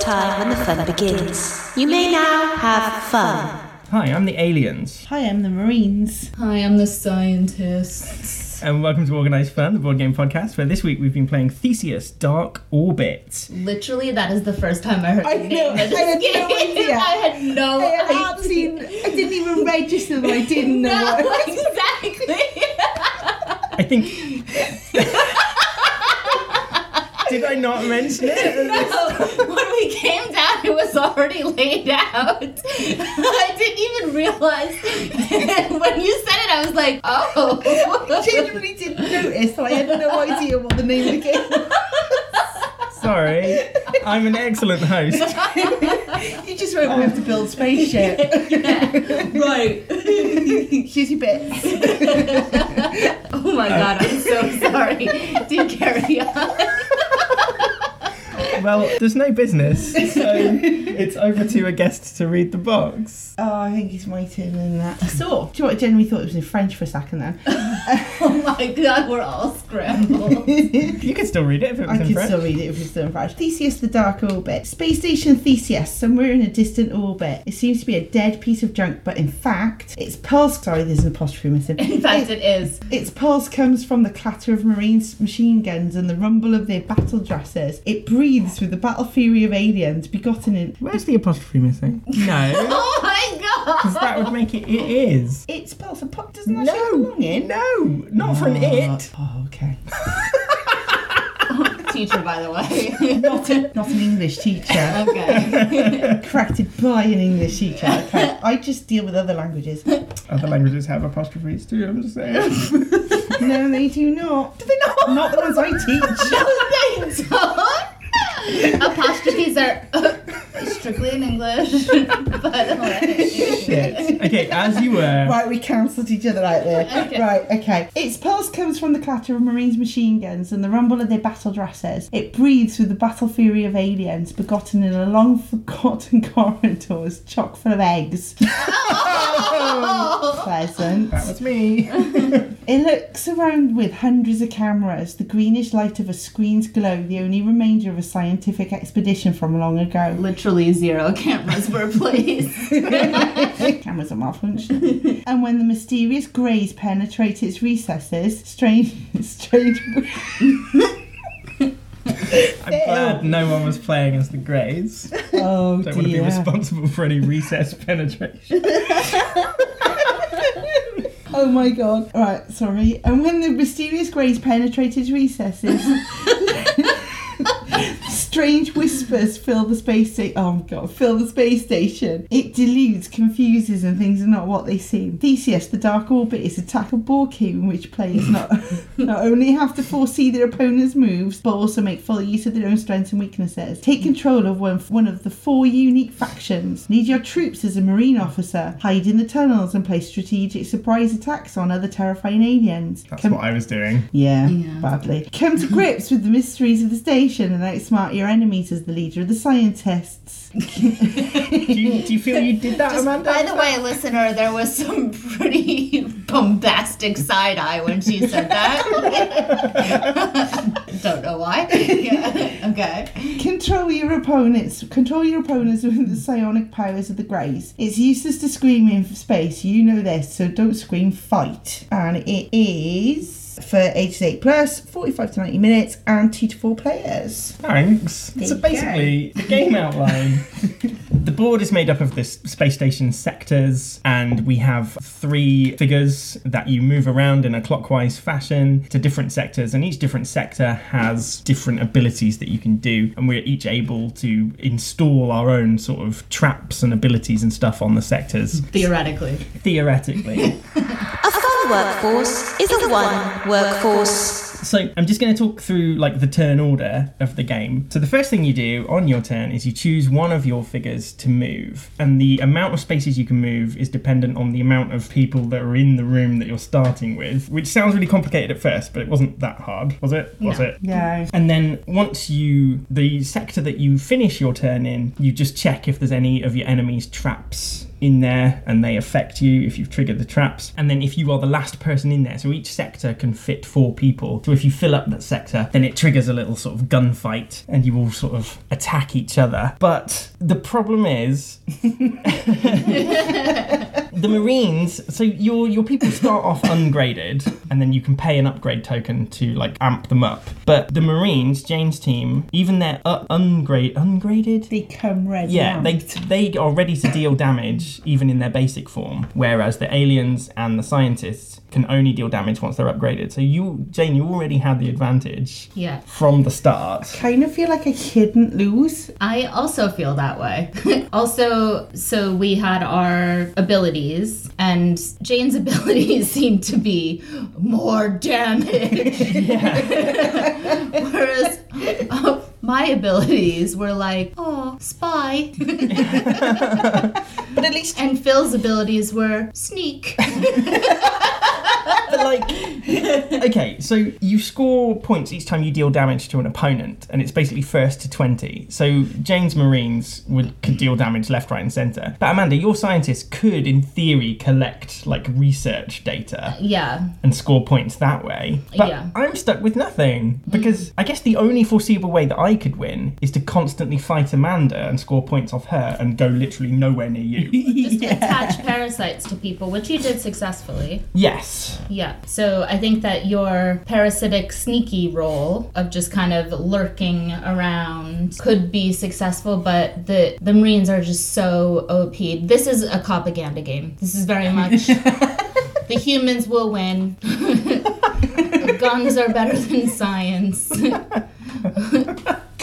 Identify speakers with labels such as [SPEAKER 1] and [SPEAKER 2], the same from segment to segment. [SPEAKER 1] time when the fun begins. You may now have fun.
[SPEAKER 2] Hi, I'm the Aliens,
[SPEAKER 3] Hi, I'm the Marines.
[SPEAKER 4] Hi, I'm the scientist.
[SPEAKER 2] and welcome to Organised Fun, the board game podcast, where this week we've been playing Theseus Dark Orbit.
[SPEAKER 4] Literally, that is the first time I heard
[SPEAKER 3] I
[SPEAKER 4] the
[SPEAKER 3] know,
[SPEAKER 4] name of this
[SPEAKER 3] I had no
[SPEAKER 4] game.
[SPEAKER 3] idea.
[SPEAKER 4] I had no
[SPEAKER 3] I have
[SPEAKER 4] idea.
[SPEAKER 3] not seen. I didn't even register that I didn't know.
[SPEAKER 4] No,
[SPEAKER 3] what-
[SPEAKER 4] exactly.
[SPEAKER 2] I think. Did I not mention it?
[SPEAKER 4] no, when we came down, it was already laid out. I didn't even realize. when you said it, I was like,
[SPEAKER 3] I
[SPEAKER 4] oh.
[SPEAKER 3] genuinely didn't notice. So I had no idea what the name of the game. was.
[SPEAKER 2] Sorry, I'm an excellent host.
[SPEAKER 3] You just wrote we have to build spaceship.
[SPEAKER 4] right.
[SPEAKER 3] Shitty bits.
[SPEAKER 4] oh my god, I'm so sorry. oh Do carry on.
[SPEAKER 2] Well, there's no business, so it's over to a guest to read the box.
[SPEAKER 3] Oh, I think it's my turn in that. Do
[SPEAKER 4] so,
[SPEAKER 3] you know what? I genuinely thought it was in French for a second then.
[SPEAKER 4] oh my god, we're all scrambled.
[SPEAKER 2] You could still read it if it
[SPEAKER 3] I
[SPEAKER 2] was in
[SPEAKER 3] can
[SPEAKER 2] French.
[SPEAKER 3] still read it if it's still in French. Theseus, the Dark Orbit. Space station Theseus, somewhere in a distant orbit. It seems to be a dead piece of junk, but in fact, its pulse. Sorry, there's an apostrophe missing.
[SPEAKER 4] In fact, it is.
[SPEAKER 3] Its pulse comes from the clatter of Marines' machine guns and the rumble of their battle dresses. It breathes with the battle fury of aliens begotten in.
[SPEAKER 2] Where's the apostrophe missing? No,
[SPEAKER 4] Oh my
[SPEAKER 2] because that would make it. It is.
[SPEAKER 3] Its pulse and pop doesn't that
[SPEAKER 2] No,
[SPEAKER 3] no. belong in?
[SPEAKER 2] no, not for an
[SPEAKER 3] Uh,
[SPEAKER 2] it.
[SPEAKER 3] Oh, okay.
[SPEAKER 4] god! Teacher, by the way.
[SPEAKER 3] Not, a, not an English teacher.
[SPEAKER 4] okay.
[SPEAKER 3] Ah. Corrected by an English teacher. Okay. I just deal with other languages.
[SPEAKER 2] Other languages have apostrophes too. I'm just saying.
[SPEAKER 3] No, they do not. Do they not? Not the ones I teach.
[SPEAKER 4] No, they don't. Apostrophes are uh, strictly in English, by the way.
[SPEAKER 2] Shit. Okay, as you were.
[SPEAKER 3] Right, we cancelled each other out there.
[SPEAKER 4] Okay.
[SPEAKER 3] Right, okay. Its pulse comes from the clatter of Marines' machine guns and the rumble of their battle dresses. It breathes with the battle fury of aliens begotten in a long forgotten corridors chock full of eggs.
[SPEAKER 4] Oh,
[SPEAKER 3] Pleasant.
[SPEAKER 2] That was me.
[SPEAKER 3] It looks around with hundreds of cameras, the greenish light of a screen's glow, the only remainder of a scientific expedition from long ago.
[SPEAKER 4] literally zero cameras were placed.
[SPEAKER 3] Cameras are malfunctioning. and when the mysterious greys penetrate its recesses, strange, strange.
[SPEAKER 2] I'm glad no one was playing as the Greys.
[SPEAKER 3] Oh
[SPEAKER 2] Don't want to be
[SPEAKER 3] dear.
[SPEAKER 2] responsible for any recess penetration.
[SPEAKER 3] oh my god. Right, sorry. And when the mysterious greys penetrate its recesses, strange whispers fill the space station. Oh my god, fill the space station. It deludes, confuses, and things are not what they seem. Theseus, the dark orbit, is a tackle ball game in which players not not only have to foresee their opponent's moves, but also make full use of their own strengths and weaknesses. Take control of one, one of the four unique factions. Lead your troops as a marine officer. Hide in the tunnels and place strategic surprise attacks on other terrifying aliens.
[SPEAKER 2] That's
[SPEAKER 3] Com-
[SPEAKER 2] what I was doing.
[SPEAKER 3] yeah,
[SPEAKER 4] Yeah.
[SPEAKER 3] badly. Come to grips with the mysteries of the station and outsmart your enemies as the leader of the scientists.
[SPEAKER 2] Do you, do you feel you did that, Amanda?
[SPEAKER 4] By the way, listener, there was some pretty bombastic side eye when she said that. Don't know why. Yeah. Okay.
[SPEAKER 3] Control your opponents. Control your opponents with the psionic powers of the Greys. It's useless to scream in space. You know this, so don't scream. Fight. And it is for ages eight plus, forty-five to ninety minutes, and two to four players.
[SPEAKER 2] Thanks. so
[SPEAKER 3] you
[SPEAKER 2] basically, the game outline. the board is made up of this space station sectors, and we have three figures that you move around in a clockwise fashion to different sectors, and each different sector has different abilities that you can do, and we're each able to install our own sort of traps and abilities and stuff on the sectors,
[SPEAKER 4] Theoretically.
[SPEAKER 2] theoretically.
[SPEAKER 1] A fun workforce is a one workforce.
[SPEAKER 2] So I'm just going to talk through like the turn order of the game. So the first thing you do on your turn is you choose one of your figures to move, and the amount of spaces you can move is dependent on the amount of people that are in the room that you're starting with. Which sounds really complicated at first, but it wasn't that hard, was it? Was
[SPEAKER 4] No.
[SPEAKER 2] it?
[SPEAKER 3] Yeah.
[SPEAKER 2] And then once you the sector that you finish your turn in, you just check if there's any of your enemy's traps in there and they affect you if you've triggered the traps. And then if you are the last person in there, so each sector can fit four people. So if you fill up that sector, then it triggers a little sort of gunfight and you all sort of attack each other. But the problem is the Marines, so your your people start off ungraded, and then you can pay an upgrade token to like amp them up. But the Marines, James' team, even their uh, ungrade ungraded,
[SPEAKER 3] They come red.
[SPEAKER 2] yeah,
[SPEAKER 3] now.
[SPEAKER 2] they they are ready to deal damage even in their basic form, whereas the aliens and the scientists can only deal damage once they're upgraded. So you, Jane, you already had the advantage
[SPEAKER 4] Yeah.
[SPEAKER 2] from the start.
[SPEAKER 3] kind of feel like I couldn't lose.
[SPEAKER 4] I also feel that way. also, so we had our abilities, and Jane's abilities seemed to be more damage. Whereas uh, my abilities were like, oh, spy.
[SPEAKER 2] But at least,
[SPEAKER 4] and Phil's abilities were sneak.
[SPEAKER 2] but like, okay, so you score points each time you deal damage to an opponent, and it's basically first to twenty. So Jane's Marines would could deal damage left, right, and centre. But Amanda, your scientists could, in theory, collect like research data.
[SPEAKER 4] yeah.
[SPEAKER 2] and score points that way. But
[SPEAKER 4] Yeah.
[SPEAKER 2] I'm stuck with nothing because I guess the only foreseeable way that I could win is to constantly fight Amanda and score points off her and go literally nowhere near you.
[SPEAKER 4] Just attach parasites to people, which you did successfully.
[SPEAKER 2] yes.
[SPEAKER 4] Yeah. So I think that your parasitic sneaky role of just kind of lurking around could be successful, but the the Marines are just so OP. This is a propaganda game. This is very much the humans will win. Guns are better than science.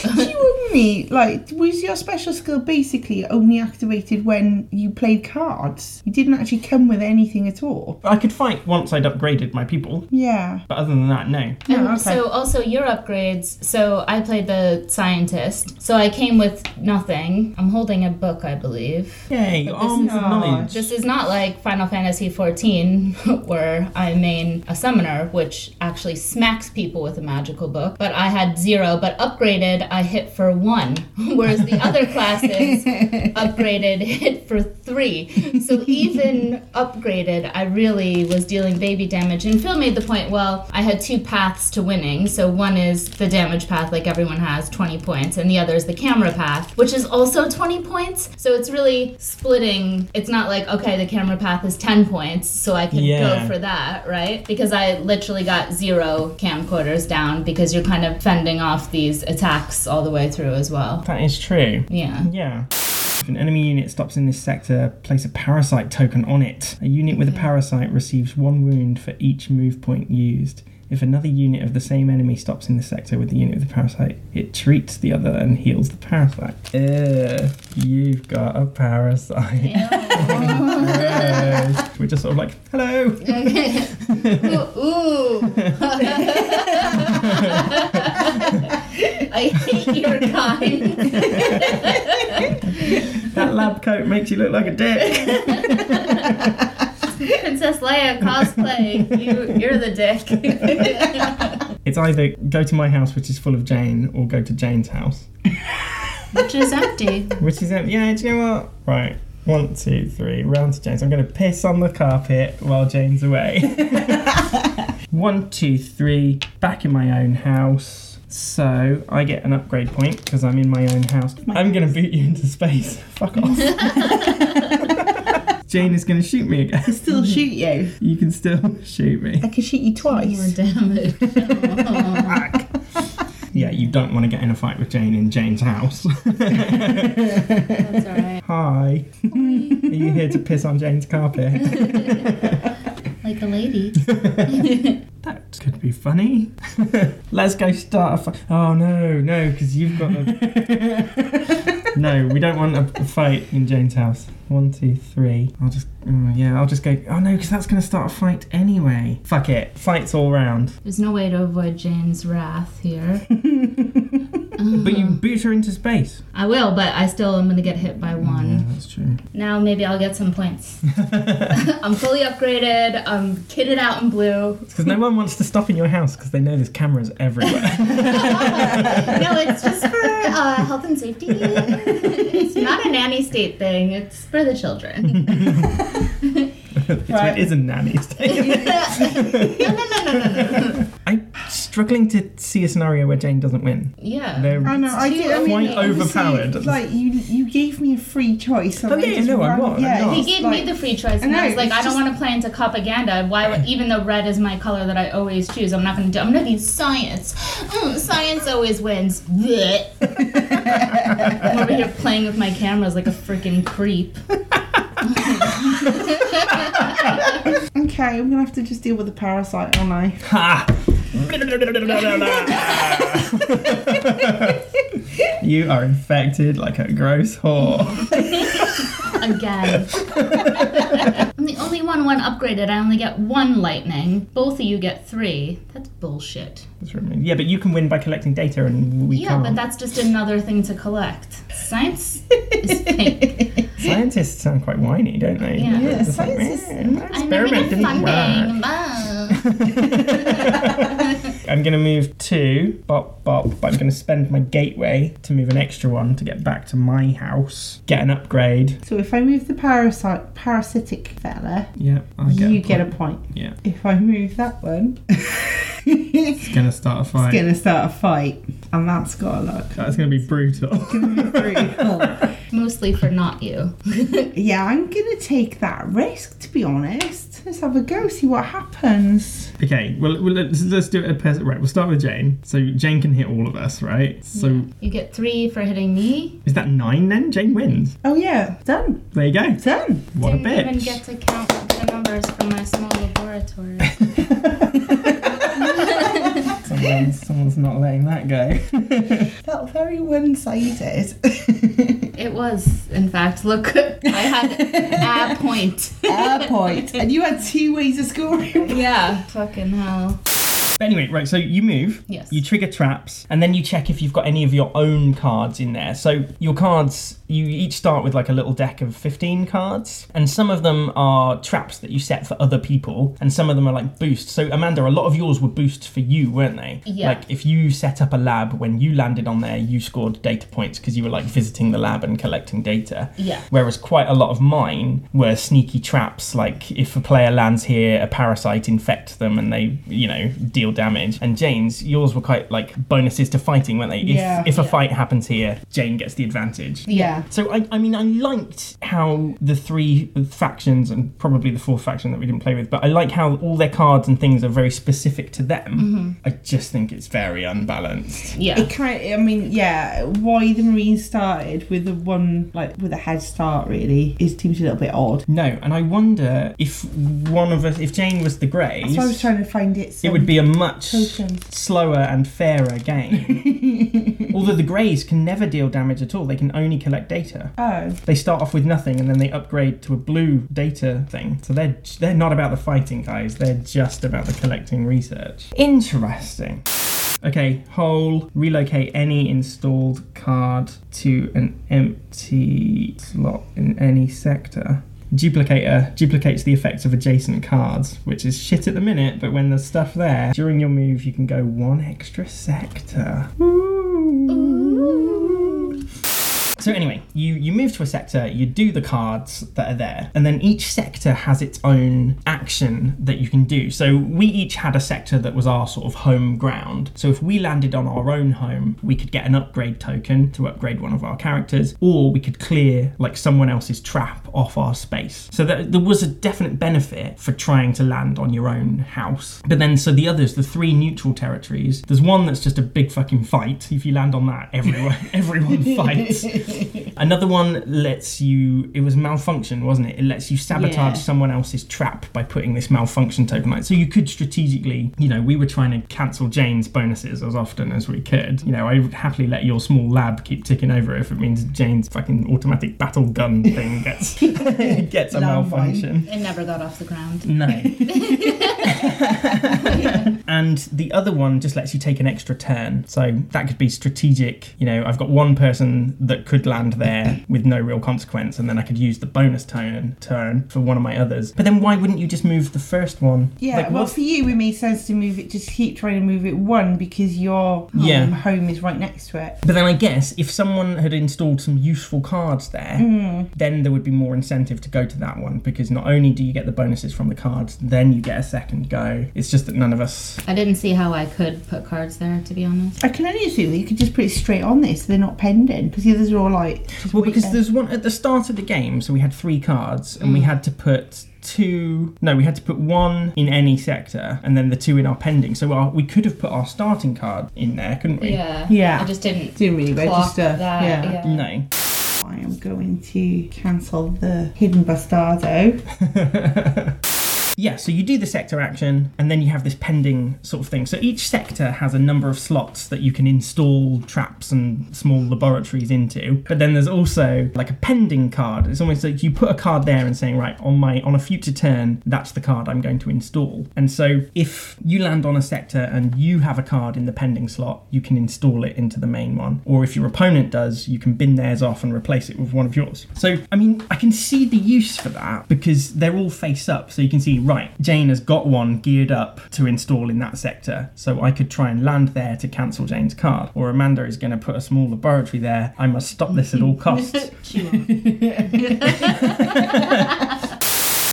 [SPEAKER 3] Did you only like was your special skill basically only activated when you played cards? You didn't actually come with anything at all.
[SPEAKER 2] I could fight once I'd upgraded my people,
[SPEAKER 3] Yeah.
[SPEAKER 2] but other than that, no.
[SPEAKER 4] And
[SPEAKER 3] okay.
[SPEAKER 4] so also your upgrades. So I played the scientist. So I came with nothing. I'm holding a book, I believe.
[SPEAKER 2] Yay, arms of
[SPEAKER 3] not-
[SPEAKER 2] knowledge.
[SPEAKER 4] This is not like Final Fantasy XIV, where I main a summoner, which actually smacks people with a magical book. But I had zero, but upgraded, I hit for one. Whereas the other classes upgraded hit for three. So even upgraded, I really was dealing baby damage. And Phil made the point well, I had two paths to winning. So one is the damage path, like everyone has 20 points, and the other is the camera path, which is also 20 points. So it's really splitting. It's not like, okay, the camera path is 10 points, so I can
[SPEAKER 2] Yeah.
[SPEAKER 4] go for that, right? Because I literally got zero camcorders down because you're kind of fending off these attacks all the way through as well.
[SPEAKER 2] That is true.
[SPEAKER 4] Yeah.
[SPEAKER 2] Yeah. If an enemy unit stops in this sector, place a parasite token on it. A unit with a parasite receives one wound for each move point used. If another unit of the same enemy stops in the sector with the unit with the parasite, it treats the other and heals the parasite. Ugh, you've got a parasite. Ugh. We're just sort of like, hello.
[SPEAKER 4] Ooh. I hate your kind.
[SPEAKER 2] That lab coat makes you look like a dick.
[SPEAKER 4] Princess Leia cosplay. You, you're the dick.
[SPEAKER 2] It's either go to my house, which is full of Jane, or go to Jane's house.
[SPEAKER 4] Which is empty.
[SPEAKER 2] Which is empty. Yeah, do you know what? Right. One, two, three. Round to James. I'm going to piss on the carpet while Jane's away. One, two, three. Back in my own house. So I get an upgrade point because I'm in my own house. I'm going to boot you into space. Fuck off. Jane is going to shoot me again.
[SPEAKER 3] Still
[SPEAKER 4] Mm-hmm.
[SPEAKER 3] shoot you.
[SPEAKER 2] You can still shoot me.
[SPEAKER 3] I could shoot you twice.
[SPEAKER 4] Damn it.
[SPEAKER 2] Yeah, you don't want to get in a fight with Jane in Jane's house.
[SPEAKER 4] That's alright.
[SPEAKER 2] Hi. Are you here to piss on Jane's carpet?
[SPEAKER 4] Like a lady.
[SPEAKER 2] That could be funny. Let's go start a fight. Oh no, no, because you've got a. no, we don't want a, a fight in Jane's house. One, two, three. I'll just, mm, yeah, I'll just go. Oh no, because that's gonna start a fight anyway. Fuck it, fights all round.
[SPEAKER 4] There's no way to avoid Jane's wrath here.
[SPEAKER 2] But you boot her into space.
[SPEAKER 4] I will, but I still am gonna get hit by
[SPEAKER 2] Yeah,
[SPEAKER 4] one.
[SPEAKER 2] that's true.
[SPEAKER 4] Now maybe I'll get some points. I'm fully upgraded. I'm kitted out in blue.
[SPEAKER 2] Because no one wants to stop in your house because they know there's cameras everywhere.
[SPEAKER 4] No, it's just for uh, health and safety. It's not a nanny state thing. It's for the children.
[SPEAKER 2] So it is a nanny state.
[SPEAKER 4] no, no, no, no, no, no.
[SPEAKER 2] I'm struggling to see a scenario where Jane doesn't win.
[SPEAKER 4] Yeah.
[SPEAKER 2] They're
[SPEAKER 3] I know. I
[SPEAKER 4] It's
[SPEAKER 3] did. I mean,
[SPEAKER 2] quite
[SPEAKER 3] obviously,
[SPEAKER 2] overpowered.
[SPEAKER 3] Like you, you gave me a free choice. and
[SPEAKER 2] Oh,
[SPEAKER 3] I
[SPEAKER 2] yeah,
[SPEAKER 3] just
[SPEAKER 2] no, I'm
[SPEAKER 3] ran-
[SPEAKER 2] not, I'm
[SPEAKER 3] Yeah,
[SPEAKER 2] not.
[SPEAKER 4] He
[SPEAKER 3] it's
[SPEAKER 4] gave
[SPEAKER 3] like-
[SPEAKER 4] me the free choice, and
[SPEAKER 3] I
[SPEAKER 4] I,
[SPEAKER 3] know,
[SPEAKER 4] was like,
[SPEAKER 3] it's
[SPEAKER 4] I don't
[SPEAKER 3] just-
[SPEAKER 4] want to play into propaganda. Why, would, even though red is my color that I always choose, I'm not going to do. I'm going to be science. Mm, science always wins. Blech. I'm over here playing with my cameras like a freaking creep.
[SPEAKER 3] Okay, I'm gonna have to just deal with the parasite, aren't I?
[SPEAKER 2] Ha! you are infected like a gross whore.
[SPEAKER 4] Again. I'm the only one one upgraded. I only get one lightning. Both of you get three. That's bullshit.
[SPEAKER 2] That's what I mean. yeah, but you can win by collecting data, and we
[SPEAKER 4] Yeah,
[SPEAKER 2] can't.
[SPEAKER 4] but that's just another thing to collect. Science is fake.
[SPEAKER 2] Scientists sound quite whiny, don't they?
[SPEAKER 4] Yeah. Yeah,
[SPEAKER 2] It's like,
[SPEAKER 3] scientists-
[SPEAKER 2] "Man, my
[SPEAKER 4] I never
[SPEAKER 2] experiment
[SPEAKER 4] get
[SPEAKER 2] didn't work.
[SPEAKER 4] funding. Bye.
[SPEAKER 2] I'm going to move two, bop, bop, but I'm going to spend my gateway to move an extra one to get back to my house, get an upgrade.
[SPEAKER 3] So if I move the parasite, parasitic fella,
[SPEAKER 2] Yeah, I get
[SPEAKER 3] you
[SPEAKER 2] a
[SPEAKER 3] get a
[SPEAKER 2] point.
[SPEAKER 3] point.
[SPEAKER 2] Yeah,
[SPEAKER 3] If I move that one, it's
[SPEAKER 2] it's going to start a fight.
[SPEAKER 3] gonna start a fight, and that's gotta look
[SPEAKER 2] That's going to be brutal.
[SPEAKER 3] brutal.
[SPEAKER 4] Mostly for not you.
[SPEAKER 3] yeah, I'm gonna take that risk. To be honest, let's have a go, see what happens.
[SPEAKER 2] okay, well, well let's, let's do it a person. Right, we'll start with Jane. So Jane can hit all of us, right? So
[SPEAKER 4] You get three for hitting me.
[SPEAKER 2] is that nine then? Jane wins.
[SPEAKER 3] Oh yeah, done,
[SPEAKER 2] There you go.
[SPEAKER 3] done.
[SPEAKER 2] What
[SPEAKER 4] Didn't
[SPEAKER 2] a bitch.
[SPEAKER 4] even get to count the numbers from my small laboratory.
[SPEAKER 2] someone's, someone's not letting that go.
[SPEAKER 3] Felt very one-sided.
[SPEAKER 4] it was, in fact, look, I had a point.
[SPEAKER 3] Air point, and you had two ways of scoring.
[SPEAKER 4] Yeah. Fucking hell.
[SPEAKER 2] But anyway, right, so you move.
[SPEAKER 4] Yes.
[SPEAKER 2] You trigger traps, and then you check if you've got any of your own cards in there. So your cards, you each start with like a little deck of 15 cards, and some of them are traps that you set for other people, and some of them are like boosts. So Amanda, a lot of yours were boosts for you, weren't they?
[SPEAKER 4] Yeah.
[SPEAKER 2] Like if you set up a lab, when you landed on there, you scored data points because you were like visiting the lab and collecting data.
[SPEAKER 4] Yeah.
[SPEAKER 2] Whereas quite a lot of mine were sneaky traps, like if a player lands here, a parasite infects them and they, you know, deal damage. And Jane's, yours were quite like bonuses to fighting, weren't they? If,
[SPEAKER 3] Yeah.
[SPEAKER 2] if a
[SPEAKER 4] Yeah.
[SPEAKER 2] fight happens here, Jane gets the advantage.
[SPEAKER 3] Yeah.
[SPEAKER 2] So I, I mean, I liked how the three factions and probably the fourth faction that we didn't play with, but I like how all their cards and things are very specific to
[SPEAKER 3] Mm-hmm.
[SPEAKER 2] them. I just think it's very unbalanced.
[SPEAKER 4] Yeah.
[SPEAKER 3] It kind of, I mean, yeah, why the Marines started with the one, like, with a head start, really, is seems a little bit odd.
[SPEAKER 2] No, and I wonder if one of us, if Jane was the Greys,
[SPEAKER 3] So I was trying to find it.
[SPEAKER 2] it
[SPEAKER 3] some-
[SPEAKER 2] would be a much
[SPEAKER 3] Token.
[SPEAKER 2] slower and fairer game. Although the Greys can never deal damage at all, they can only collect data.
[SPEAKER 3] Oh,
[SPEAKER 2] They start off with nothing and then they upgrade to a blue data thing. So they're they're not about the fighting guys, they're just about the collecting research. Interesting. Okay, hole, relocate any installed card to an empty slot in any sector. Duplicator duplicates the effects of adjacent cards, which is shit at the minute, but when there's stuff there, during your move you can go one extra sector. So anyway, you you move to a sector, you do the cards that are there, and then each sector has its own action that you can do. So we each had a sector that was our sort of home ground. So if we landed on our own home, we could get an upgrade token to upgrade one of our characters, or we could clear like someone else's trap off our space. So that, there was a definite benefit for trying to land on your own house. But then so the others, the three neutral territories, there's one that's just a big fucking fight. If you land on that, everyone everyone fights. Another one lets you. It was malfunction, wasn't it? It lets you sabotage
[SPEAKER 3] Yeah.
[SPEAKER 2] someone else's trap by putting this malfunction token on. it. So you could strategically, you know, we were trying to cancel Jane's bonuses as often as we could. You know, I would happily let your small lab keep ticking over if it means Jane's fucking automatic battle gun thing gets gets a
[SPEAKER 3] Landmine.
[SPEAKER 2] malfunction.
[SPEAKER 4] It never got off the ground.
[SPEAKER 2] No. and the other one just lets you take an extra turn. So that could be strategic. You know, I've got one person that could land there with no real consequence, and then I could use the bonus turn turn for one of my others. But then why wouldn't you just move the first one?
[SPEAKER 3] Yeah,
[SPEAKER 2] Like,
[SPEAKER 3] well,
[SPEAKER 2] what's-
[SPEAKER 3] for you, it made sense to move it. Just keep trying to move it one because your um,
[SPEAKER 2] Yeah.
[SPEAKER 3] home is right next to it.
[SPEAKER 2] But then I guess if someone had installed some useful cards there, then there would be more incentive to go to that one because not only do you get the bonuses from the cards, then you get a second go. It's just that none of us.
[SPEAKER 4] I didn't see how I could put cards there, to be honest.
[SPEAKER 3] I can only assume that you could just put it straight on there, so they're not pending because the others are all like. Just
[SPEAKER 2] Well,
[SPEAKER 3] wait
[SPEAKER 2] because
[SPEAKER 3] there.
[SPEAKER 2] there's one at the start of the game, so we had three cards and we had to put two. No, we had to put one in any sector and then the two in our pending. So our, we could have put our starting card in there, couldn't we?
[SPEAKER 4] Yeah.
[SPEAKER 3] Yeah.
[SPEAKER 4] I just didn't.
[SPEAKER 3] didn't really
[SPEAKER 4] clock
[SPEAKER 3] register.
[SPEAKER 4] That.
[SPEAKER 3] uh, yeah.
[SPEAKER 4] uh, Yeah.
[SPEAKER 2] No.
[SPEAKER 3] I am going to cancel the hidden bastardo.
[SPEAKER 2] Yeah, so you do the sector action, and then you have this pending sort of thing. So each sector has a number of slots that you can install traps and small laboratories into. But then there's also like a pending card. It's almost like you put a card there and saying, right, on my on a future turn, that's the card I'm going to install. And so if you land on a sector and you have a card in the pending slot, you can install it into the main one. Or if your opponent does, you can bin theirs off and replace it with one of yours. So, I mean, I can see the use for that because they're all face up. So you can see, right, Jane has got one geared up to install in that sector. So I could try and land there to cancel Jane's card. Or Amanda is going to put a small laboratory there. I must stop this at all costs.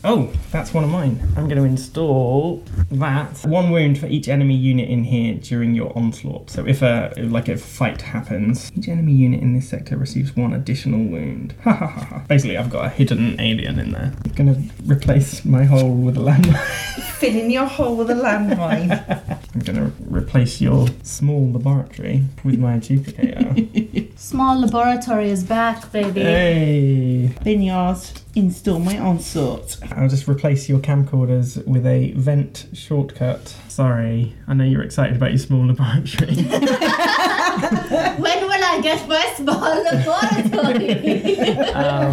[SPEAKER 2] Oh, that's one of mine. I'm going to install that. One wound for each enemy unit in here during your onslaught. So if a like a fight happens, each enemy unit in this sector receives one additional wound. Ha ha ha ha. Basically, I've got a hidden alien in there. I'm going to replace my hole with a landmine.
[SPEAKER 3] Fill in your hole with a landmine.
[SPEAKER 2] I'm going to replace your small laboratory with my duplicator.
[SPEAKER 4] Small laboratory is back, baby.
[SPEAKER 2] hey.
[SPEAKER 3] Vineyards, install my onslaught.
[SPEAKER 2] I'll just replace your camcorders with a vent shortcut. Sorry, I know you're excited about your small laboratory.
[SPEAKER 4] When will I get my small laboratory?
[SPEAKER 2] um,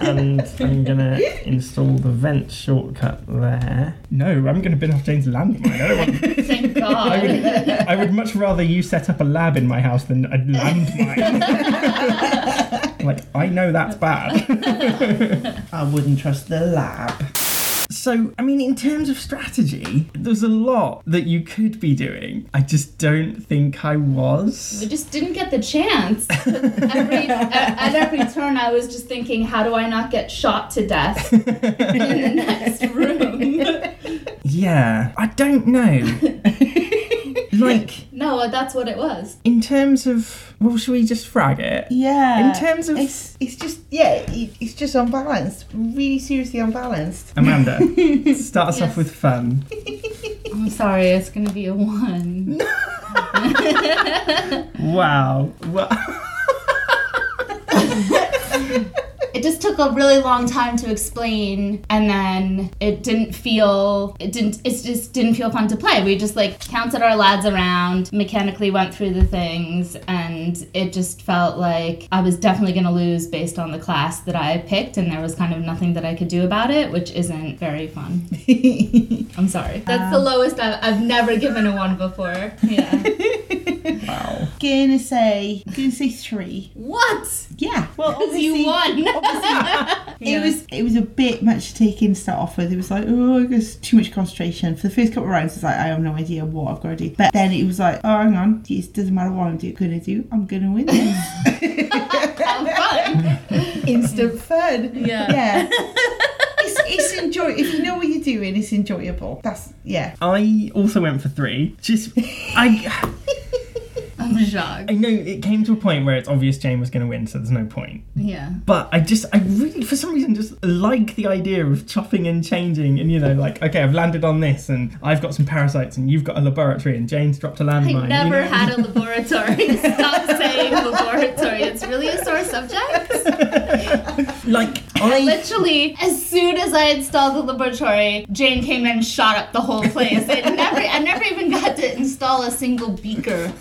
[SPEAKER 2] and I'm gonna install the vent shortcut there. No, I'm gonna bin off Jane's landmine. I don't want.
[SPEAKER 4] Thank
[SPEAKER 2] I would,
[SPEAKER 4] God.
[SPEAKER 2] I would much rather you set up a lab in my house than a landmine. like I know that's bad.
[SPEAKER 3] I wouldn't trust the lab.
[SPEAKER 2] So I mean, in terms of strategy, there's a lot that you could be doing. I just don't think I was.
[SPEAKER 4] I just didn't get the chance. Every, at, at every turn, I was just thinking, how do I not get shot to death in the next room?
[SPEAKER 2] Yeah, I don't know. like
[SPEAKER 4] no, that's what it was.
[SPEAKER 2] in terms of, well, should we just frag it?
[SPEAKER 3] Yeah.
[SPEAKER 2] In terms of-
[SPEAKER 3] it's it's just yeah, it, it's just unbalanced. Really seriously unbalanced.
[SPEAKER 2] Amanda, start us off with fun.
[SPEAKER 4] I'm sorry, it's gonna be a one.
[SPEAKER 2] Wow. Well,
[SPEAKER 4] It just took a really long time to explain, and then it didn't feel it didn't it just didn't feel fun to play. We just like counted our lads around, mechanically went through the things, and it just felt like I was definitely gonna lose based on the class that I picked, and there was kind of nothing that I could do about it, which isn't very fun. I'm sorry. That's the lowest I've, I've never given a one before. Yeah.
[SPEAKER 2] wow.
[SPEAKER 3] Gonna say gonna say three.
[SPEAKER 4] what?
[SPEAKER 3] Yeah. Well
[SPEAKER 4] Because you won.
[SPEAKER 3] It was it was a bit much to take in to start off with. It was like, oh there's too much concentration. For the first couple of rounds it's like I have no idea what I've got to do. But then it was like, oh hang on, it doesn't matter what I'm do, gonna do, I'm gonna win this. Instant fun.
[SPEAKER 4] Yeah.
[SPEAKER 3] Yeah. It's, it's enjoy if you know what you're doing, it's enjoyable. That's yeah.
[SPEAKER 2] I also went for three. Just, I,
[SPEAKER 4] I'm shocked.
[SPEAKER 2] I know it came to a point where it's obvious Jane was going to win, so there's no point.
[SPEAKER 4] Yeah.
[SPEAKER 2] But I just, I really, for some reason, just like the idea of chopping and changing, and you know, like, okay, I've landed on this, and I've got some parasites, and you've got a laboratory, and Jane's dropped a
[SPEAKER 4] I
[SPEAKER 2] landmine.
[SPEAKER 4] never
[SPEAKER 2] you know?
[SPEAKER 4] had a laboratory. Stop saying laboratory. It's really a sore subject.
[SPEAKER 2] Like,
[SPEAKER 4] I
[SPEAKER 2] I.
[SPEAKER 4] literally, as soon as I installed the laboratory, Jane came in and shot up the whole place. It never, I never even got to install a single beaker.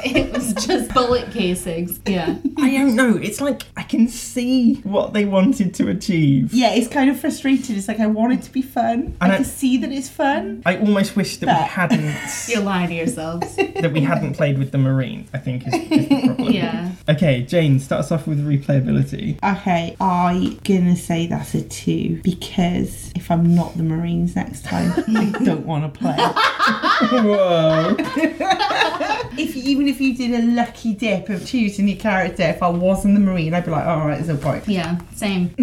[SPEAKER 4] It was just bullet casings. Yeah.
[SPEAKER 2] I don't know. It's like I can see what they wanted to achieve.
[SPEAKER 3] Yeah, it's kind of frustrated. It's like I want it to be fun.
[SPEAKER 2] And
[SPEAKER 3] I,
[SPEAKER 2] I-
[SPEAKER 3] can see that it's fun.
[SPEAKER 2] I almost wish that we
[SPEAKER 3] That.
[SPEAKER 2] hadn't
[SPEAKER 4] You're lying to yourselves.
[SPEAKER 2] that we hadn't played with the marine. I think is, is the problem.
[SPEAKER 4] Yeah.
[SPEAKER 2] Okay, Jane, start us off with replayability.
[SPEAKER 3] Okay, I gonna say that's a two because if I'm not the Marines next time, I don't want to play.
[SPEAKER 2] Whoa.
[SPEAKER 3] If even if you did a lucky dip of choosing your character, if I wasn't the Marine, I'd be like, all right, there's no point.
[SPEAKER 4] Yeah. Same.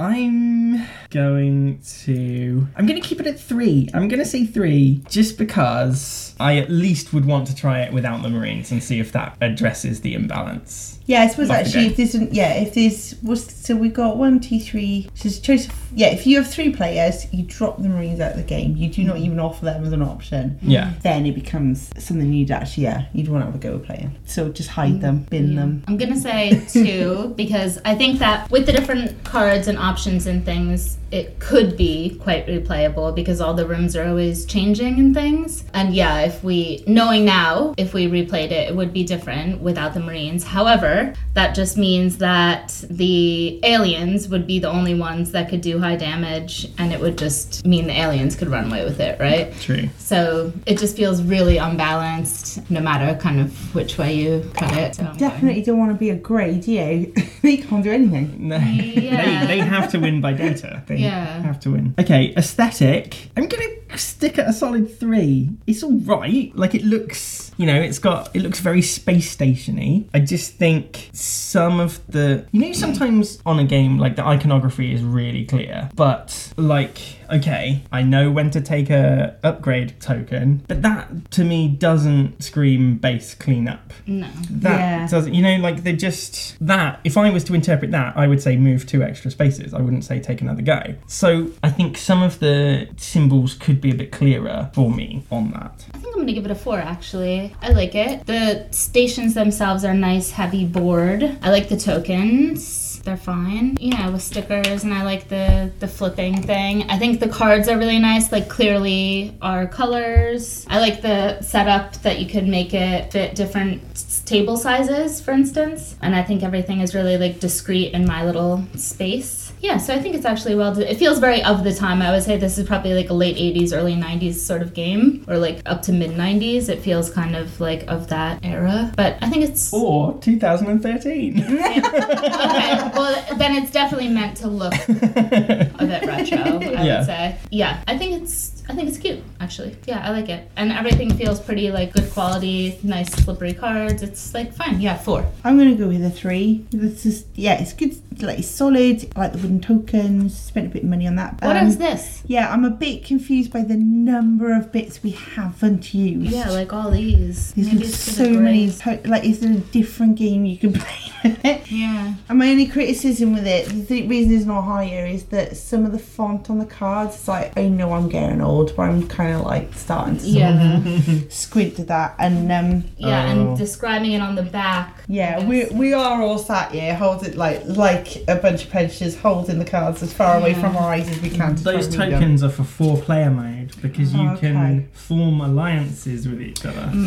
[SPEAKER 2] I'm going to. I'm going to keep it at three. I'm going to say three just because I at least would want to try it without the Marines and see if that addresses the imbalance.
[SPEAKER 3] Yeah, I suppose
[SPEAKER 2] Lucky
[SPEAKER 3] actually,
[SPEAKER 2] dip.
[SPEAKER 3] if this, yeah, if this was so, we got one, two, three. So it's a choice. Of, yeah, if you have three players, you drop the Marines out of the game. You do not even offer them as an option.
[SPEAKER 2] Yeah.
[SPEAKER 3] Then it becomes something you'd actually, yeah, you'd want to have a go at playing. So just hide them, bin them.
[SPEAKER 4] I'm gonna say two because I think that with the different cards and options and things, it could be quite replayable because all the rooms are always changing and things. And yeah, if we knowing now, if we replayed it, it would be different without the Marines. However, that just means that the aliens would be the only ones that could do high damage, and it would just mean the aliens could run away with it, right?
[SPEAKER 2] True.
[SPEAKER 4] So it just feels really unbalanced, no matter kind of which way you cut it. So I'm going-
[SPEAKER 3] Definitely don't want to be a grey, do you? they can't do anything.
[SPEAKER 2] No.
[SPEAKER 4] Yeah.
[SPEAKER 2] They, they have to win by data. They
[SPEAKER 4] Yeah.
[SPEAKER 2] have to win. Okay, aesthetic. I'm gonna stick at a solid three. It's all right. Like it looks, you know, it's got it looks very space stationy. I just think some of the, you know, sometimes on a game like the iconography is really clear, but like, okay, I know when to take a upgrade token, but that to me doesn't scream base cleanup
[SPEAKER 4] No.
[SPEAKER 2] that
[SPEAKER 3] Yeah.
[SPEAKER 2] doesn't you know like they just that if i was to interpret that i would say move two extra spaces i wouldn't say take another go so i think some of the symbols could be a bit clearer for me on that
[SPEAKER 4] I think I'm gonna give it a four actually. I like it. The stations themselves are nice, heavy board. I like the tokens. They're fine. Yeah, with stickers and I like the the flipping thing. I think the cards are really nice, like clearly our colors. I like the setup that you could make it fit different s- table sizes, for instance. And I think everything is really like discreet in my little space. Yeah, so I think it's actually well. It feels very of the time. I would say this is probably like a late '80s, early '90s sort of game, or like up to mid '90s. It feels kind of like of that era. But I think it's okay.
[SPEAKER 2] or 2013
[SPEAKER 4] Well, then it's definitely meant to look a bit retro. I
[SPEAKER 2] Yeah.
[SPEAKER 4] would say. Yeah, I think it's. I think it's cute, actually. Yeah, I like it, and everything feels pretty like good quality, nice slippery cards. It's like fine. Yeah, four.
[SPEAKER 3] I'm gonna go with a three. This is yeah, it's good. Like it's solid. I like the wooden tokens. Spent a bit of money on that.
[SPEAKER 4] What
[SPEAKER 3] Um,
[SPEAKER 4] is this?
[SPEAKER 3] Yeah, I'm a bit confused by the number of bits we haven't used.
[SPEAKER 4] Yeah, like all these.
[SPEAKER 3] There's
[SPEAKER 4] Maybe
[SPEAKER 3] been
[SPEAKER 4] it's 'cause
[SPEAKER 3] so
[SPEAKER 4] of
[SPEAKER 3] many.
[SPEAKER 4] grades.
[SPEAKER 3] to- Like, is there a different game you can play with it?
[SPEAKER 4] Yeah.
[SPEAKER 3] And my only criticism with it, the th- reason it's not higher, is that some of the font on the cards, it's like, I know I'm getting old, but I'm kind of like starting to sort
[SPEAKER 4] Yeah.
[SPEAKER 3] of squint at that. And um,
[SPEAKER 4] Yeah,
[SPEAKER 2] Oh.
[SPEAKER 4] and describing it on the back.
[SPEAKER 3] yeah, we, we are all sat here holding like like a bunch of pensioners holding the cards as far away
[SPEAKER 4] Yeah.
[SPEAKER 3] from our eyes as we can. To try
[SPEAKER 2] those
[SPEAKER 3] and read them.
[SPEAKER 2] tokens are for four player mode because you
[SPEAKER 3] Oh, Okay.
[SPEAKER 2] can form alliances with each other
[SPEAKER 4] Mm.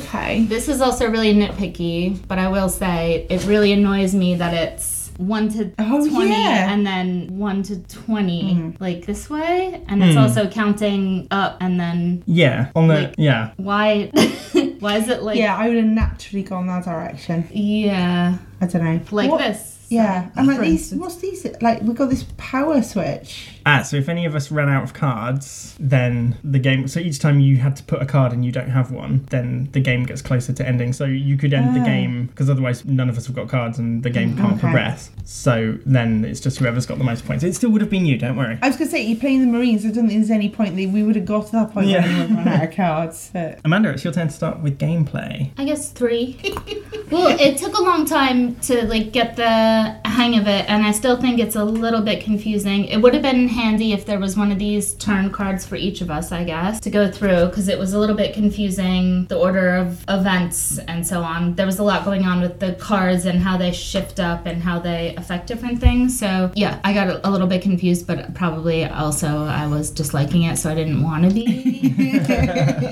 [SPEAKER 3] Okay.
[SPEAKER 4] This is also really nitpicky, but I will say it really annoys me that it's 1 to
[SPEAKER 3] Oh,
[SPEAKER 4] 20
[SPEAKER 3] yeah. Mm-hmm.
[SPEAKER 4] and then 1 to 20 like this way and it's also counting up and then
[SPEAKER 2] yeah on the
[SPEAKER 4] Like-
[SPEAKER 2] yeah
[SPEAKER 4] why why is it like
[SPEAKER 3] Yeah, I would have naturally gone that direction.
[SPEAKER 4] yeah,
[SPEAKER 3] I don't know.
[SPEAKER 4] like
[SPEAKER 3] What-
[SPEAKER 4] this.
[SPEAKER 3] Yeah, and like
[SPEAKER 4] for
[SPEAKER 3] these,
[SPEAKER 4] instance.
[SPEAKER 3] what's these? Like we got this power switch.
[SPEAKER 2] ah so if any of us ran out of cards then the game so each time you had to put a card and you don't have one then the game gets closer to ending so you could end the
[SPEAKER 3] Ah.
[SPEAKER 2] game because otherwise none of us have got cards and the game can't
[SPEAKER 3] okay.
[SPEAKER 2] progress so then it's just whoever's got the most points it still would have been you don't worry
[SPEAKER 3] I was gonna say you're playing the Marines. I don't think there's any point that we would have got to that point
[SPEAKER 2] Yeah.
[SPEAKER 3] when we would run out of cards. But
[SPEAKER 2] amanda it's your turn to start with gameplay
[SPEAKER 4] I guess 3. Well, it took a long time to like get the hang of it, and I still think it's a little bit confusing. It would have been handy if there was one of these turn cards for each of us, I guess, to go through because it was a little bit confusing the order of events and so on. There was a lot going on with the cards and how they shift up and how they affect different things. So yeah, I got a- a little bit confused, but probably also I was disliking it, so I didn't want to be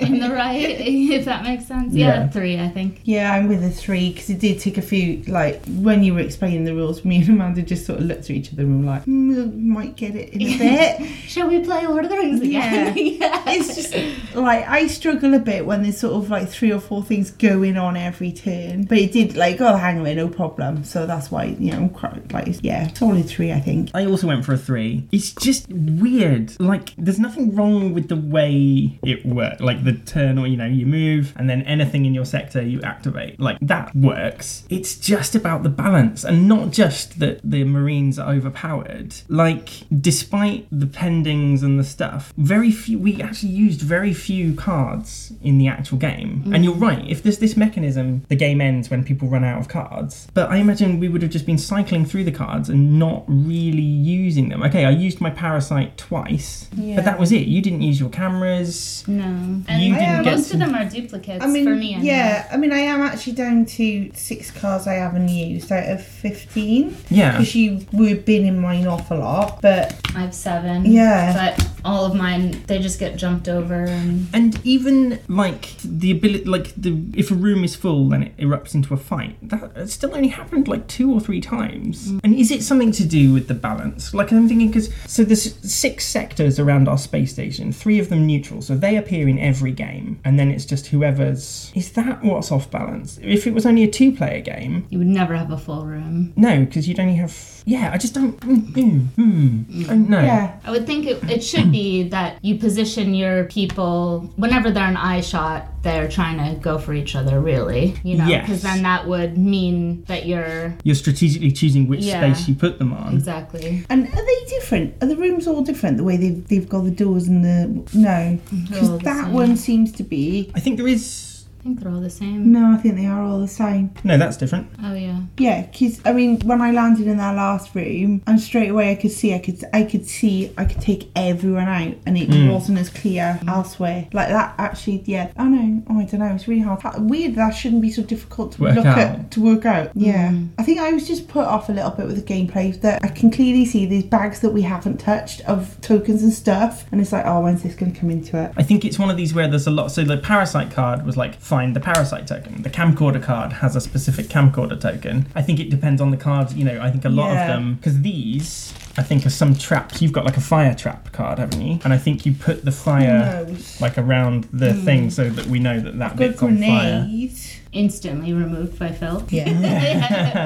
[SPEAKER 4] in the right, if that makes sense.
[SPEAKER 2] Yeah.
[SPEAKER 4] yeah. three, I think.
[SPEAKER 3] Yeah, I'm with a three because it did take a few. Like when you were explaining the rules, me and Amanda just sort of looked at each other and were like, mm, "We might get it in a bit."
[SPEAKER 4] Shall we play Lord of the Rings again? Yeah.
[SPEAKER 3] it's just like I struggle a bit when there's sort of like three or four things going on every turn. But it did like, oh, hang on, no problem. So that's why you know, I'm quite like, yeah, solid three, I think.
[SPEAKER 2] I also went for a three. It's just weird. Like, there's nothing wrong with the way it worked. Like, the turn or, you know, you move, and then anything in your sector you activate. Like, that works. It's just about the balance, and not just that the Marines are overpowered. Like, despite the pendings and the stuff, very few, we actually used very few cards in the actual game.
[SPEAKER 3] Mm.
[SPEAKER 2] And you're right, if there's this mechanism, the game ends when people run out of cards. But I imagine we would have just been cycling through the cards and not really using them. Okay, I used my parasite twice,
[SPEAKER 3] Yeah.
[SPEAKER 2] but that was it. You didn't use your cameras.
[SPEAKER 4] no. And
[SPEAKER 2] You didn't get
[SPEAKER 4] most
[SPEAKER 2] to-
[SPEAKER 4] of them are duplicates
[SPEAKER 3] I mean,
[SPEAKER 4] for me. anyway.
[SPEAKER 3] yeah, I mean, I am actually down to six cards I haven't used out of fifteen
[SPEAKER 2] Yeah.
[SPEAKER 3] because you were binning mine off a lot, but
[SPEAKER 4] I have seven.
[SPEAKER 3] Yeah.
[SPEAKER 4] But all of mine, they just get jumped over and
[SPEAKER 2] And even like the ability, like the if a room is full, then it erupts into a fight. That still only happened like two or three times. And is it something to do with the balance? Like I'm thinking, because so there's six sectors around our space station, three of them neutral, so they appear in every game, and then it's just whoever's. Is that what's off balance? If it was only a two-player game,
[SPEAKER 4] you would never have a full room.
[SPEAKER 2] no, because you'd only have. Yeah, I just don't. Mm, mm, mm, don't know.
[SPEAKER 3] yeah,
[SPEAKER 4] I would think it, it should be that you position your people whenever they're an eye shot, they're trying to go for each other, really. You know,
[SPEAKER 2] Yes.
[SPEAKER 4] because then that would mean that you're.
[SPEAKER 2] You're strategically choosing which
[SPEAKER 4] Yeah.
[SPEAKER 2] space you put them on.
[SPEAKER 4] Exactly.
[SPEAKER 3] And are they different? Are the rooms all different? The way they've, they've got the doors and the. No.
[SPEAKER 4] all
[SPEAKER 3] Because
[SPEAKER 4] the
[SPEAKER 3] that
[SPEAKER 4] same.
[SPEAKER 3] one seems to be.
[SPEAKER 2] I think there is.
[SPEAKER 4] I think they're all the same.
[SPEAKER 3] No, I think they are all the same.
[SPEAKER 2] No, that's different.
[SPEAKER 4] Oh, yeah.
[SPEAKER 3] Yeah, because I mean, when I landed in that last room, and straight away I could see, I could, I could see, I could take everyone out, and it
[SPEAKER 2] Hmm.
[SPEAKER 3] wasn't as clear elsewhere. Like that, actually, yeah. I know. Oh, I don't know. It's really hard. That- Weird. That shouldn't be so difficult to
[SPEAKER 2] Work
[SPEAKER 3] look
[SPEAKER 2] out.
[SPEAKER 3] at to work out. Yeah. I think I was just put off a little bit with the gameplay that I can clearly see these bags that we haven't touched of tokens and stuff, and it's like, oh, when's this going to come into it?
[SPEAKER 2] I think it's one of these where there's a lot. So the parasite card was like find the parasite token. The camcorder card has a specific camcorder token. I think it depends on the card. You know, I think a lot
[SPEAKER 3] Yeah.
[SPEAKER 2] of them because these I think are some traps. You've got like a fire trap card, haven't you? And I think you put the fire
[SPEAKER 3] No. Hmm.
[SPEAKER 2] like around the thing so that we know that that
[SPEAKER 3] Oh, Good
[SPEAKER 2] bit's on fire.
[SPEAKER 3] grenade.
[SPEAKER 4] Instantly removed by Phil.
[SPEAKER 3] Yeah.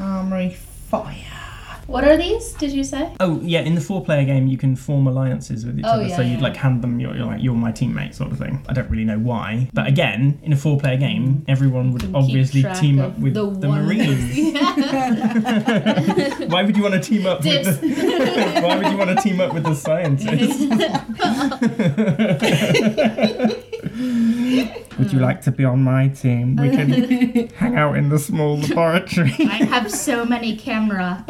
[SPEAKER 3] Armory fire.
[SPEAKER 4] What are these, did you say?
[SPEAKER 2] Oh yeah, in the four-player game you can form alliances with each
[SPEAKER 4] Oh,
[SPEAKER 2] other.
[SPEAKER 4] yeah,
[SPEAKER 2] so you'd
[SPEAKER 4] yeah.
[SPEAKER 2] like hand them your, you're like you're my teammate sort of thing. I don't really know why, but again, in a four-player game, everyone would
[SPEAKER 4] Mm-hmm. Keep
[SPEAKER 2] obviously
[SPEAKER 4] track
[SPEAKER 2] team
[SPEAKER 4] of
[SPEAKER 2] up with the,
[SPEAKER 4] one-
[SPEAKER 2] Marines. Why would you want to team up with
[SPEAKER 4] Dips.
[SPEAKER 2] the, Why would you want to team up with the scientists? would you like to be on my team? We can hang out in the small laboratory.
[SPEAKER 4] I have so many camera.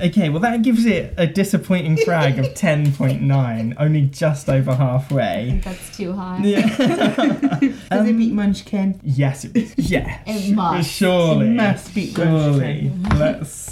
[SPEAKER 2] Okay, well that gives it a disappointing frag of 10.9, only just over halfway.
[SPEAKER 4] That's too high.
[SPEAKER 3] Does it beat Munchkin?
[SPEAKER 2] Yes, it was. Yeah.
[SPEAKER 4] It must.
[SPEAKER 2] Surely.
[SPEAKER 3] It must beat
[SPEAKER 2] Surely. Let's.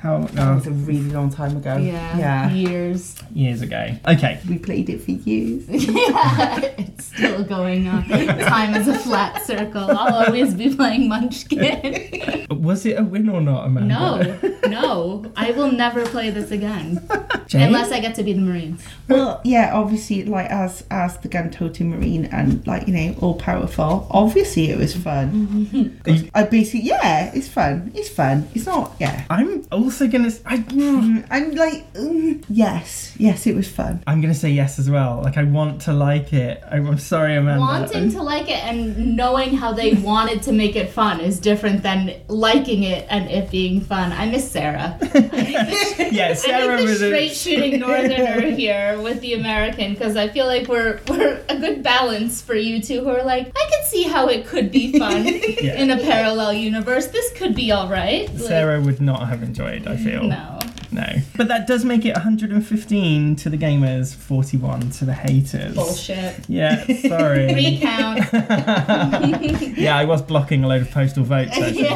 [SPEAKER 2] How
[SPEAKER 3] That
[SPEAKER 2] oh,
[SPEAKER 3] was a really long time ago.
[SPEAKER 4] Yeah.
[SPEAKER 3] Yeah.
[SPEAKER 4] Years.
[SPEAKER 2] years ago. Okay.
[SPEAKER 3] We played it for years.
[SPEAKER 4] it's still going on. Time is a flat circle. I'll always be playing Munchkin.
[SPEAKER 2] Was it a win or not, Amanda?
[SPEAKER 4] no, no. I will never play this again.
[SPEAKER 2] Jane?
[SPEAKER 4] Unless I get to be the Marines.
[SPEAKER 3] Well, yeah, obviously, like as as the gun toting marine and like you know all powerful. Obviously, it was fun. I basically, yeah, it's fun. It's fun. It's not, yeah.
[SPEAKER 2] I'm also gonna. s- I, am
[SPEAKER 3] I'm like, mm, yes, yes, it was fun.
[SPEAKER 2] gonna say yes as well. Like I want to like it. I, I'm sorry, Amanda.
[SPEAKER 4] Wanting to like it and knowing how they wanted to make it fun is different than liking it and it being fun. I miss Sarah.
[SPEAKER 2] Yeah,
[SPEAKER 4] I
[SPEAKER 2] Sarah
[SPEAKER 4] think the
[SPEAKER 2] was
[SPEAKER 4] straight
[SPEAKER 2] a.
[SPEAKER 4] shooting northerner here with the American because I feel like we're we're a good balance for you two who are like I can see how it could be fun
[SPEAKER 2] Yeah.
[SPEAKER 4] in a parallel universe. This could be all right. Like,
[SPEAKER 2] Sarah would not have enjoyed, I feel.
[SPEAKER 4] no.
[SPEAKER 2] No. But that does make it 115 to the gamers, 41 to the haters.
[SPEAKER 4] Bullshit.
[SPEAKER 2] Yeah, sorry.
[SPEAKER 4] Recount.
[SPEAKER 2] yeah, I was blocking a load of postal votes, actually.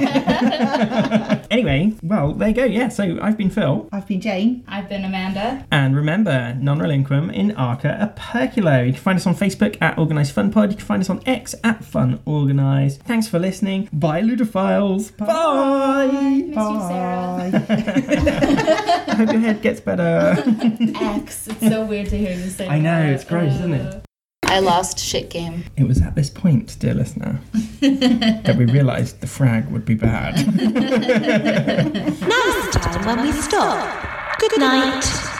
[SPEAKER 2] Anyway, well, there you go. Yeah, so I've been Phil.
[SPEAKER 3] I've been Jane.
[SPEAKER 4] I've been Amanda.
[SPEAKER 2] And remember, non relinquum in Arca Aperculo. You can find us on Facebook at Organised Fun Pod. You can find us on X at Fun Organised. Thanks for listening. Bye, Ludophiles. Bye.
[SPEAKER 4] Miss you, Sarah.
[SPEAKER 2] I hope your head gets better.
[SPEAKER 4] X. It's so weird to hear you say.
[SPEAKER 2] I know,
[SPEAKER 4] that.
[SPEAKER 2] it's gross, isn't it?
[SPEAKER 4] Uh, I lost shit game.
[SPEAKER 2] It was at this point, dear listener, that we realised the frag would be bad.
[SPEAKER 1] Now's the time when we stop. Good night.